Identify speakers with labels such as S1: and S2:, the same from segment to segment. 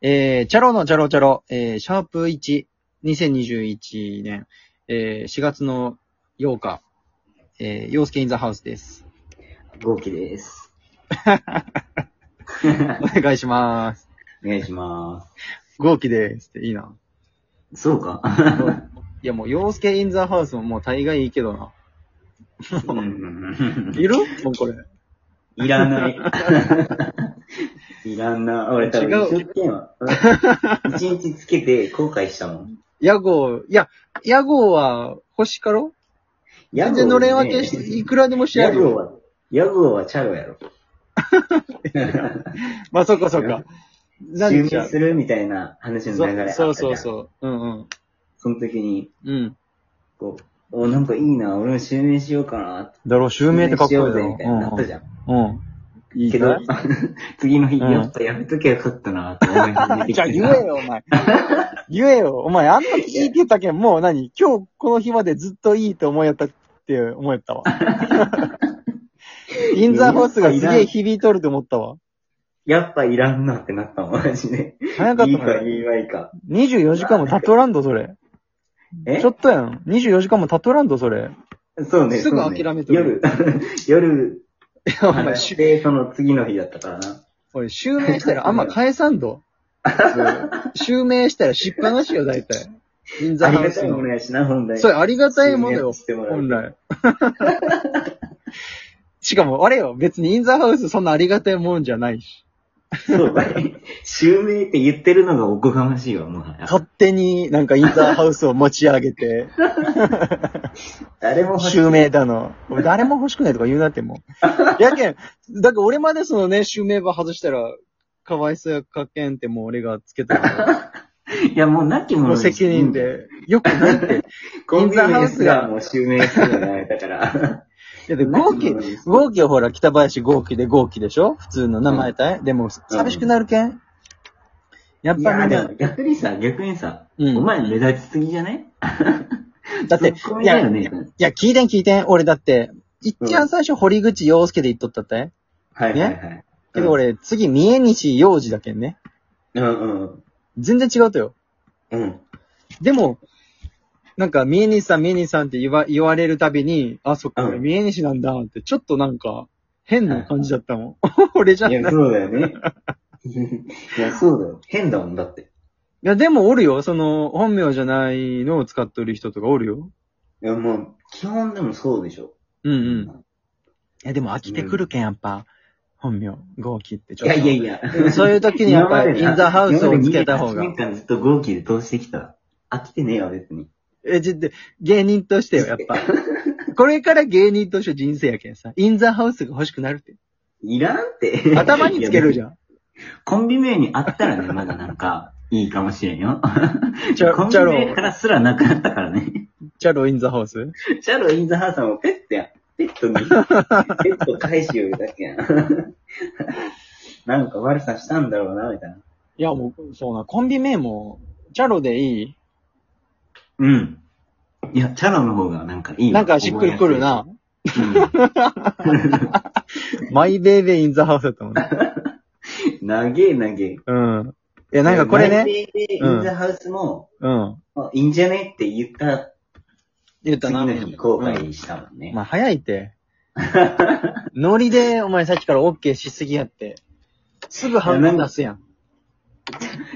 S1: えー、チャロのチャロチャロ、えー、シャープ1、2021年、えー、4月の8日、えー、洋介インザハウスです。
S2: ゴーキです。
S1: お願いします。
S2: お願いしま
S1: 豪気ですって、いいな。
S2: す。そうか。
S1: いやもう、洋介インザハウスももう大概いいけどな。
S2: うん
S1: いるもうこれ。
S2: い らない。いらんな。俺多分一生懸命、一日つけて後悔したもん。
S1: 屋号、いや、屋号は星かろ
S2: ヤ
S1: 全然のれん分けして、いくらでもしてあ
S2: ヤ
S1: るよ。
S2: ゴは、ヤゴはチャロやろ。
S1: まあ、そっかそっか。
S2: 襲
S1: 何じゃ
S2: 名するみたいな話の流れあったじゃ
S1: そ
S2: ん
S1: うそうそう。うんうん。
S2: その時に、
S1: うん。
S2: こう、お、なんかいいな、俺も襲名しようかな。
S1: だろ、襲
S2: 襲名しようぜみたいになったじゃん。
S1: うん。いい
S2: け
S1: か
S2: ど
S1: い、
S2: 次の日、
S1: うん
S2: やっぱやめときゃよかったな、と思い始めてき
S1: じゃ
S2: た
S1: あ言えよ、お 前。言えよ。お前、あんな聞いてたけん、もう何今日この日までずっといいと思いやったって思った わ。インザーホースがすげえ響いとると思ったわ。
S2: やっぱいらんなってなったもん、マジで。
S1: 早かっ
S2: いい
S1: た
S2: か、
S1: な。
S2: いいわ、いいか。
S1: 24時間も経っとらんど、それ。
S2: え
S1: ちょっとやん。24時間も経っとらんど、それ。
S2: そうね。
S1: すぐ
S2: そうね
S1: 諦めとる。
S2: 夜、 夜、
S1: お
S2: 話
S1: 前、
S2: し
S1: し
S2: で、その次の日だったからな。
S1: おい、襲名したらあんま返さん ど。襲名したらしっぱなしよ、大体。インザ
S2: あ
S1: ー
S2: り
S1: ハウ
S2: が
S1: ス
S2: たい
S1: の
S2: もの。やしな、本来。
S1: それ
S2: う、
S1: ありがたいものよ。本来。 しかも、あれよ、別にインザハウスそんなありがたいもんじゃないし。
S2: そうだね。襲名って言ってるのがおこがましいわ、もはや。
S1: 勝手になんかインザハウスを持ち上げ て、
S2: 誰も欲しい
S1: 襲名だの。俺誰も欲しくないとか言うなっても う。やけん、だから俺までそのね、襲名場外したら、かわいそうやかけんってもう俺がつけたから。
S2: いや、もうなきもの
S1: もう
S2: に
S1: 責任。で。よくないって。
S2: コンビニの
S1: 銀座ハ
S2: やつ
S1: ウスが
S2: がもう襲名するのがあれだから。
S1: いやで、豪気、豪気はほら、北林豪気で豪気でしょ普通の名前体、でも、寂しくなるけんやっ
S2: い
S1: ぱ
S2: や、
S1: みん
S2: で
S1: な
S2: も、逆にさ、逆にさ、
S1: うん
S2: お前目立ちすぎじゃない
S1: だって、い
S2: ツッコミだ
S1: や、
S2: よ
S1: い
S2: ね。
S1: や、聞いてん聞いてん。俺だって、いっちゃん最初、堀口洋介で言っとったって。
S2: はいはいはい。
S1: けど俺、次、三重西洋二だけんね。
S2: うん、うんうん。
S1: 全然違うとよ。
S2: うん。
S1: でも、なんか、三重西さん、三重西さんって言わ言われるたびに、あ、そっか、
S2: うん
S1: 俺三重西なんだって、ちょっとなんか、変な感じだったもん。 俺じゃ
S2: い
S1: ない。
S2: や、
S1: い
S2: そうだ よね。いや、そうだよ。変だもんだって。
S1: や、でもおるよ。その、本名じゃないのを使っとる人とかおるよ。
S2: いや、もう、基本でもそうでしょ。
S1: うんう。
S2: うん
S1: いや、でも飽きてくるけん、やっぱ、本名、豪気ってち
S2: い
S1: ょっ
S2: や
S1: と。
S2: いやいや。
S1: そういう時にやっぱ、インザハウスをつけた方
S2: 1
S1: が
S2: 年。間ずっと号機で通してきた。飽きてねえわ、別に。
S1: え、じで、芸人としてよ、やっぱ。これから芸人として人生やけんさ。インザハウスが欲しくなるって。
S2: いらんって。
S1: 頭につけるじ
S2: ゃん。
S1: ゃん。
S2: コンビ名にあったらね、まだなんか、いいかもしれんよ。
S1: チャ
S2: コン
S1: チ
S2: ビ
S1: ャ
S2: 名
S1: ロ
S2: か、らすらなくなったからね。
S1: チャロインザハウス
S2: チャロインザハウスはもうペットやん。ペッ トに、ペット返しよるだけやん。なんか悪さしたんだろうな、みたいな。
S1: いや、もう、そうな、コンビ名も、チャロでいい
S2: うん。いや、チャロの方がなんかいいわ
S1: なんかしっくりくるな。。
S2: 覚えやすい
S1: マイベーベーインザハウスだったもんね。
S2: うん。なげえなげえ。
S1: うん。いや、なんかこれね、
S2: 内定でイ
S1: うん
S2: ンザハウスも、
S1: うん。
S2: あいいんじゃねって言った
S1: 言った
S2: 次
S1: な。
S2: の日後
S1: うん
S2: 悔したもんね。
S1: まあ、早い って。ノリで、お前さっきから OK しすぎやって。すぐ反応出すやん。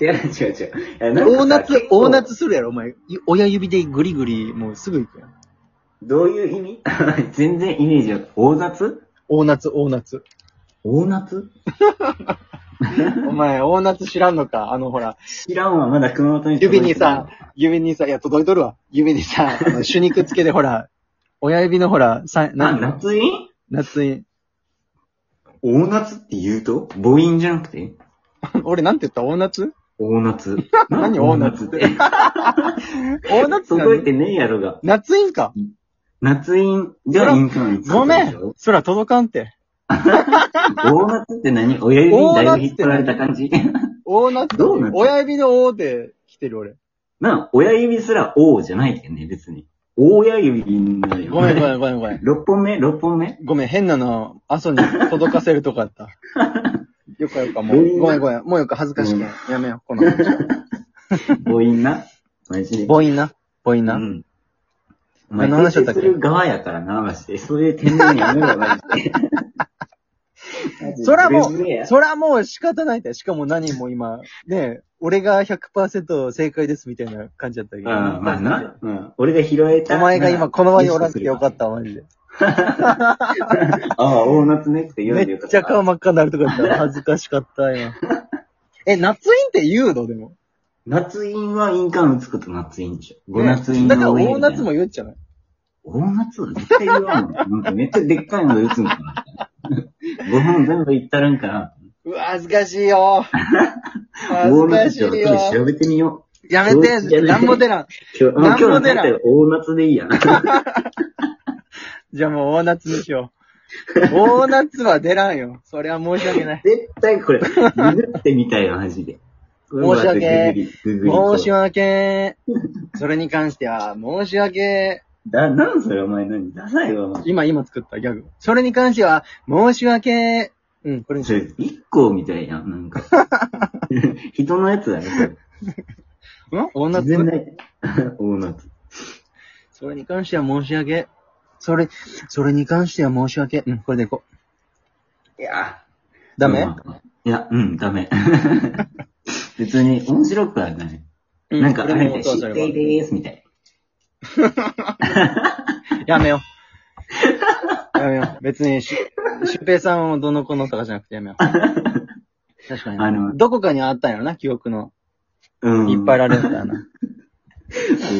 S2: 違う違う違う。いやなんかさ
S1: 大夏
S2: 結、構
S1: 大夏するやろ、お前。ゆ親指でグリグリ、もうすぐ行くやん。
S2: どういう意味 全然イメージが、大夏
S1: 大夏、大夏。
S2: 大夏
S1: お前、大夏知らんのかあの、ほら、
S2: 知らんわ、まだ熊本に
S1: 指
S2: 届いてない。
S1: にさ、指にさ、いや、届いとるわ。指にさ、あの手肉つけて、ほら、親指のほら、さ、
S2: あ、
S1: なんだ
S2: 夏印
S1: 夏に。
S2: 大夏って言うと母音じゃなくて
S1: 俺、なんて言った大夏
S2: 大夏。
S1: 何大夏って大夏
S2: 大夏って。
S1: な
S2: 届い
S1: の
S2: てねえやろが。
S1: 夏いんか
S2: 夏印がインフルエンス。
S1: ごめん。そら届かんて。
S2: 大夏って何親指にだいぶ引っ張られた感じ
S1: 大夏
S2: どうなっ、て
S1: 親指の大で来てる俺。
S2: なあ、親指すら王じゃないけどね、別に。大親指なのよ。
S1: ごめんごめんごめんごめん。
S2: 6本目 ?6 本目
S1: ごめん、変なの、阿蘇に届かせるとこあった。よかよか、もう、ごめんごめん。もうよか、恥ずかしくない。やめよう、この。
S2: 母音な。 マジで。
S1: 母音な。母音な。
S2: うん。お
S1: 何
S2: 前、
S1: の話だったっけ
S2: 訂正する側やからな、マジで。そういう天然やめろ、マジで。
S1: そらもう
S2: ブレブレや
S1: それはもう仕方ないって。しかも何も今、ね、俺が100%正解ですみたいな感じだったけ
S2: うん、
S1: ど。
S2: まあな。うん。俺が拾えた。
S1: お前が今この場におらなくてよかったわ、マジで。
S2: ああ、大夏ネクって読
S1: め
S2: んでよ
S1: っ
S2: かっ
S1: ち
S2: た
S1: ゃ
S2: な。
S1: 顔真っ赤になるとかだったら恥ずかしかった よ。え、夏インって言うのでも。
S2: 夏印は印鑑をつくと夏印でしょ。五夏印
S1: ね
S2: の
S1: だから
S2: 上みた
S1: 大
S2: いな
S1: 夏も。言っちゃう。
S2: 大夏は絶対言わんの。なんかめっちゃでっかいので打つんかな。ご飯全部いったるんかな。
S1: うわ、恥ずかしい よ。恥
S2: 大
S1: ずか
S2: 夏
S1: しい
S2: 城、
S1: よ
S2: ち。ょっと調べてみよ
S1: やめて、なんも出らん。
S2: う。今日、
S1: なんも
S2: 今日
S1: 出ない
S2: の大夏でいいや な。
S1: じゃあもう大夏にしよう。大夏は出らんよ。それは申し訳ない。
S2: 絶対これ、ググってみたいよ、マジで。
S1: 申し訳
S2: ググりググ
S1: 申
S2: り
S1: し訳。それに関しては、申し訳。
S2: だ、なんそれお前何ダサいわ、マジで。
S1: 今、今作ったギャグ。それに関しては、申し訳。うん、これにし
S2: そ
S1: よう
S2: れ、一個みたいやん、な んか。人のやつだね、それ。
S1: うん大
S2: 自然
S1: 夏。
S2: な 大夏。
S1: それに関しては申し訳。それ、それに関しては申し訳。うん、これでいこう。
S2: いや
S1: ダメ、
S2: いや、うん、ダメ。 別に面白くはない。
S1: う
S2: なんか、あ
S1: これ
S2: れ
S1: も
S2: で、
S1: そう
S2: 知
S1: それ
S2: っ
S1: も
S2: ていでーす、みたい
S1: やめよう。やめよう。別にし、シュウペイさんをどの子のとかじゃなくてやめよう。確かに。
S2: あの
S1: どこかにあったんやろな、記憶の。
S2: な。うん。
S1: いっぱい
S2: ら。
S1: られるからな。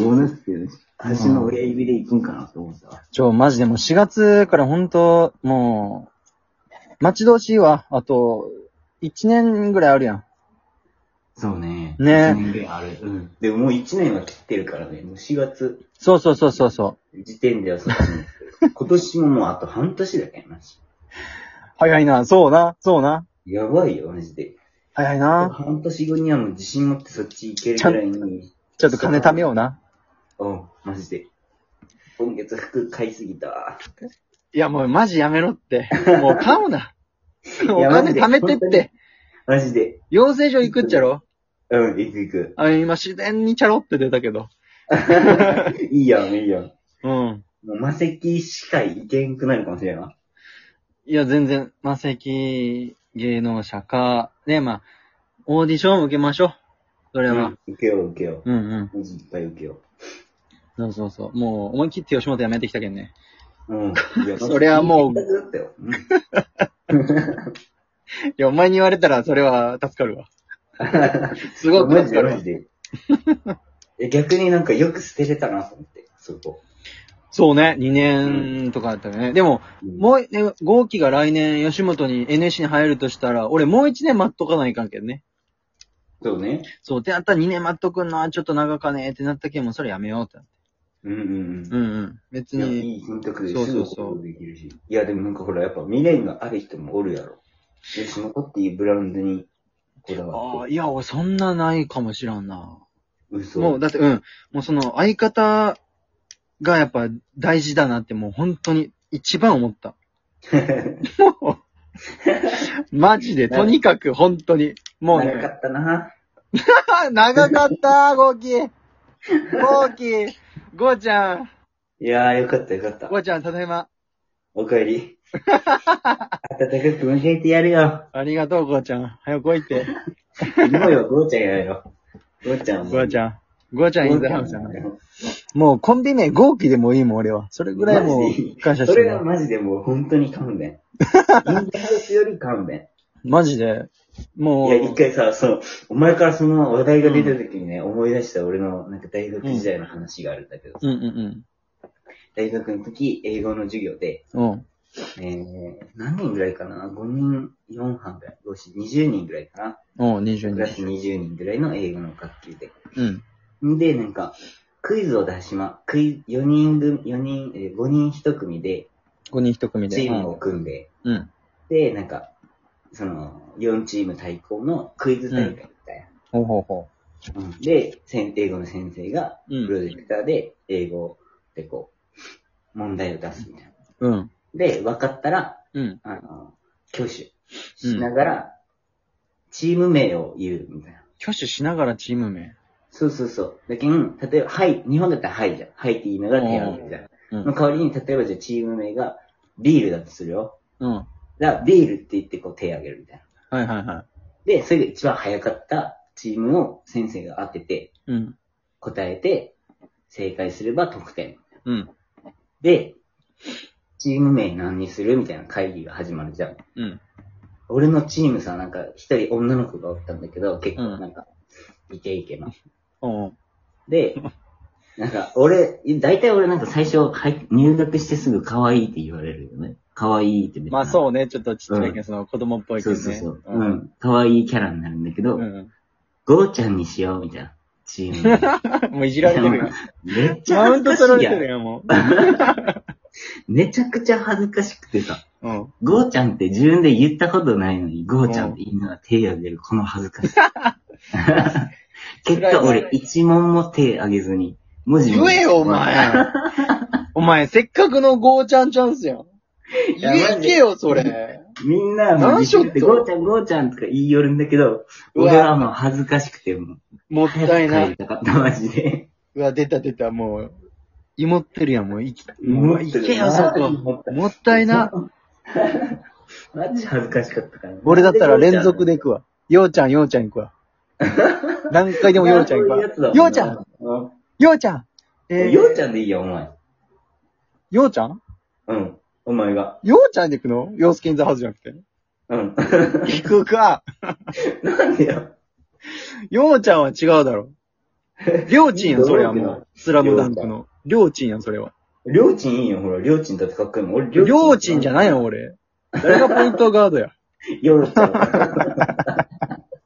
S2: 大夏って、私の親指で行くんかなと思ったわ。
S1: ちょ、マジでもう4月から本当もう、待ち遠しいわ。あと、1年ぐらいあるやん。
S2: そうね。
S1: ね
S2: 一年ぐらいある。うん。でももう1年は切ってるからね。もう4月
S1: そうそうそうそうそう。
S2: 時点ではそうなんですけど。今年ももうあと半年だけマジ。
S1: 早いな、そうな、そうな。
S2: やばいよ、マジで。
S1: 早いな。
S2: 半年後にはもう自信持ってそっち行けるぐらいに。
S1: ちょっと金貯めような。
S2: うん、マジで。今月服買いすぎたわ。
S1: いや、もうマジやめろって。もう買おうな。お
S2: マ
S1: 金
S2: ジで
S1: 貯めてっ
S2: 本当に
S1: て。
S2: マジで。
S1: 養成所行くっちゃろ
S2: うん、行く行く。
S1: あ今自然にチャロって出たけど。
S2: いいやん、いいやん。
S1: うん。
S2: もう魔石しか行けんくなるかもしれんわ。
S1: いや、全然、魔石芸能者か。ね、まあ、オーディションを受けましょう。それは。
S2: 受けよう、受けよ
S1: うん、うん、
S2: う。マジいっぱい受けよ
S1: そうそうそう。もう、思い切って吉本辞めてきたけんね。
S2: う。うん。い や
S1: それはもう
S2: マジで行きたくなったようん
S1: いや、お前に言われたら、それは助かる わ。すごく
S2: マジ
S1: 助かる
S2: でマ
S1: わ
S2: ジ。で。え逆になんかよく捨てれたなと思って、そこ。
S1: そうね、2年とかだったよね。でも、
S2: う
S1: もう、ね、豪輝が来年、吉本に NSC に入るとしたら、俺もう1年待っとかないかんけどね。
S2: そうね。
S1: そう、ってなったら2年待っとくんな、ちょっと長かねってなったけん、もうそれやめようってなって。
S2: うんうん
S1: うんうん。別
S2: うん。いや
S1: に、
S2: いい選択で
S1: そう
S2: す
S1: そう
S2: ぐ
S1: そう
S2: 行動できるし。いや、でもなんかほら、やっぱ未練がある人もおるやろ。吉本っていうブランドにこだ
S1: あ
S2: わっ
S1: あ、
S2: て。
S1: いや、俺そんなないかもしらんな。
S2: 嘘。
S1: もう、だって、うん。もうその、相方がやっぱ大事だなって、もう本当に一番思 った。もうマジで、とにかく本当に。もう
S2: 長か
S1: ね、
S2: ったな。
S1: 長かった、ゴーキー。ゴーキー。ゴーちゃん。
S2: いやー、よかったよかった
S1: ゴ。ーちゃん、ただいま。
S2: お帰り。暖かく迎えてやるよ。
S1: ありがとう、ゴーちゃん。早く来いって。
S2: 今よ、ゴーちゃんやろ。ゴーちゃん。
S1: ゴーち
S2: ん。
S1: ゃん。ゴーちゃん、インザハウスだな
S2: そ
S1: もうコンビ名、ゴーキーでもいいもん、俺は。それぐらいも
S2: マジ
S1: う、感謝して
S2: れ
S1: る
S2: は。マジでもう本当に勘弁。インターハウスより勘弁。
S1: マジで。も。
S2: いうや、一回さ、そう、お前からその話題が出た時にね、思い出した俺の、なんか大学時代の話があるんだけど、
S1: うんうん
S2: 大学の時、英語の授業で、
S1: うん。うん。
S2: えー、何人ぐらいかな ?5 人、4班ぐらい、5、20人ぐらいかな
S1: おう、
S2: ク
S1: 22
S2: ラス20人ぐらいの英語の学級で。
S1: うん。
S2: で、なんか、クイズを出しま、クイ、4人組、4人、えー、5人1組で、
S1: 5人一組で。
S2: チームを組んで、
S1: うん。うん。
S2: で、なんか、その、4チーム対抗のクイズ大会みたい
S1: ほうほうほ
S2: な。うんで、先英語の先生が、
S1: う。う
S2: プロ
S1: ん。
S2: ジェクターで、英語でこう、問題を出すみたいな。
S1: うん。
S2: で、分かったら、
S1: うん。
S2: あの、挙手しながら、チーム名を言うみたいな。
S1: 挙手しながらチーム名。
S2: そうそうそう。だけん、例えば、はい、日本だったらはいじゃん。はいって言いながら手を挙げるじゃん。
S1: うん
S2: の代わりに、例えばじゃあチーム名がビールだとするよ。
S1: うん。は
S2: だからビールって言ってこう手を挙げるみたいな。
S1: いはいは
S2: で、それが一番早かったチームを先生が当てて、
S1: い。うん。
S2: 答えて、正解すれば得点。
S1: うん。
S2: で、チーム名何にするみたいな会議が始まるじゃん。
S1: うん。
S2: 俺のチームさ、なんか一人女の子がおったんだけど、結構なんか、イケイケな。
S1: おう
S2: で、なんか俺、大体俺なんか最初、はい入学してすぐ可愛いって言われるよね。可愛いって。
S1: まあそううね、ちょっとちっちゃいけど、その子供っぽいけ
S2: そう
S1: ど
S2: そう
S1: ね。
S2: そう。うん。可愛いキャラになるんだけど、
S1: うん。
S2: ゴーちゃんにしようみたいな。チーム名。
S1: もういじられてるよ。
S2: めっち
S1: マウ
S2: ゃ恥
S1: ント
S2: ずか
S1: 取られ
S2: しいや
S1: て
S2: ん
S1: る。よ、も
S2: めちゃくちゃ恥ずかしくてさ。
S1: う。うん。
S2: ゴーちゃんって自分で言ったことないのに、ゴーちゃんって言いながら手挙げる、この恥ずかしさ。結果俺一問も手挙げずに、文字も
S1: 言えよ、お前。お前、せっかくのゴーちゃんチャンスやん。
S2: いや
S1: 言えいけよ、それ。
S2: みんなもう
S1: 何しよっと
S2: って、ゴーちゃん、ゴーちゃんとか言い寄るんだけど、
S1: うわ
S2: 俺はもう恥ずかしくて、もう。
S1: もったいな
S2: 帰
S1: い
S2: り。たかった、マジで。
S1: うわ、出た出た、もう。芋ってるやん、もう。いきもういけよ、そこ。
S2: こ。
S1: もったいな。。
S2: マジ恥ずかしかったから。
S1: 俺だったら連続で行くわ。ようちゃん、ようちゃん行く わ。何回でもようちゃん行くわ。ようちゃん
S2: ん
S1: ようちゃんえー
S2: ようちゃんでいいよ、お前。
S1: ようちゃん
S2: うん。お前が。
S1: ようちゃんで行くの洋介インザハウスじゃなくて。
S2: うん。
S1: 行くか。
S2: なんでよ。
S1: ようちゃんは違うだ ろ。りょうちんやん、それはもう。スラムダンクの。りょうちんやん、それは。
S2: りょうちんいいよ、ほら。りょうちんだってかっこいいもん。俺、
S1: りょうちんじゃ
S2: い
S1: ないよ、俺。誰がポイントガードや。
S2: ようちゃん。